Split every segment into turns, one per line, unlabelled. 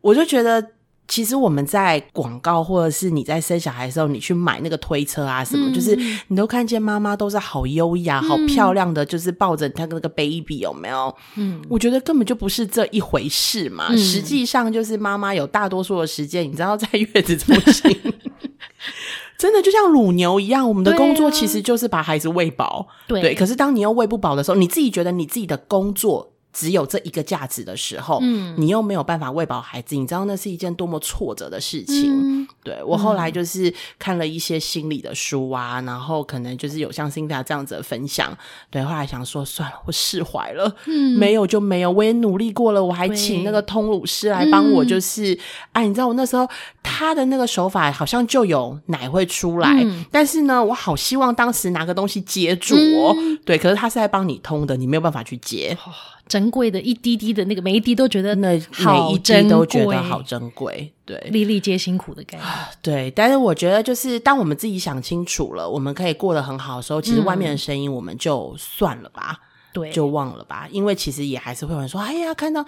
我就觉得，其实我们在广告或者是你在生小孩的时候，你去买那个推车啊什么，
嗯
就是你都看见妈妈都是好优雅、好漂亮的，就是抱着她那个 baby 有没有？
嗯，
我觉得根本就不是这一回事嘛。
嗯
实际上就是妈妈有大多数的时间，你知道在月子中心。 真的就像乳牛一样，我们的
对啊
工作其实就是把孩子喂饱。
对
对，可是当你又喂不饱的时候，你自己觉得你自己的工作只有这一个价值的时候，
嗯
你又没有办法喂饱孩子，你知道那是一件多么挫折的事情。
嗯
对我后来就是看了一些心理的书啊，然后可能就是有像辛达这样子的分享，对，后来想说算了，我释怀了，
嗯
没有就没有，我也努力过了，我还
对
请那个通乳师来帮我，
嗯
就是、哎，你知道我那时候他的那个手法好像就有奶会出来，
嗯
但是呢，我好希望当时拿个东西接住哦，
嗯
对，可是他是在帮你通的，你没有办法去接。
哦珍贵的一滴滴的那个，每一滴都觉得
那每
好
一滴
珍
都觉得
贵
好珍贵，对
粒粒皆辛苦的感觉。
对。但是我觉得，就是当我们自己想清楚了，我们可以过得很好的时候，其实外
嗯
面的声音我们就算了吧。
对，
就忘了吧，因为其实也还是会有人说：“哎呀，看到，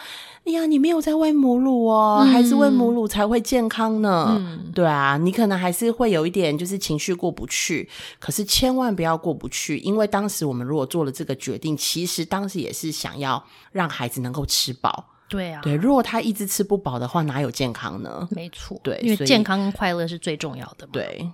哎呀，你没有在喂母乳哦，
嗯
孩子喂母乳才会健康呢。
嗯
对啊，你可能还是会有一点就是情绪过不去，可是千万不要过不去，因为当时我们如果做了这个决定，其实当时也是想要让孩子能够吃饱。
对啊，
对，如果他一直吃不饱的话，哪有健康呢？
没错，
对
因为
所以
健康快乐是最重要的嘛。
对，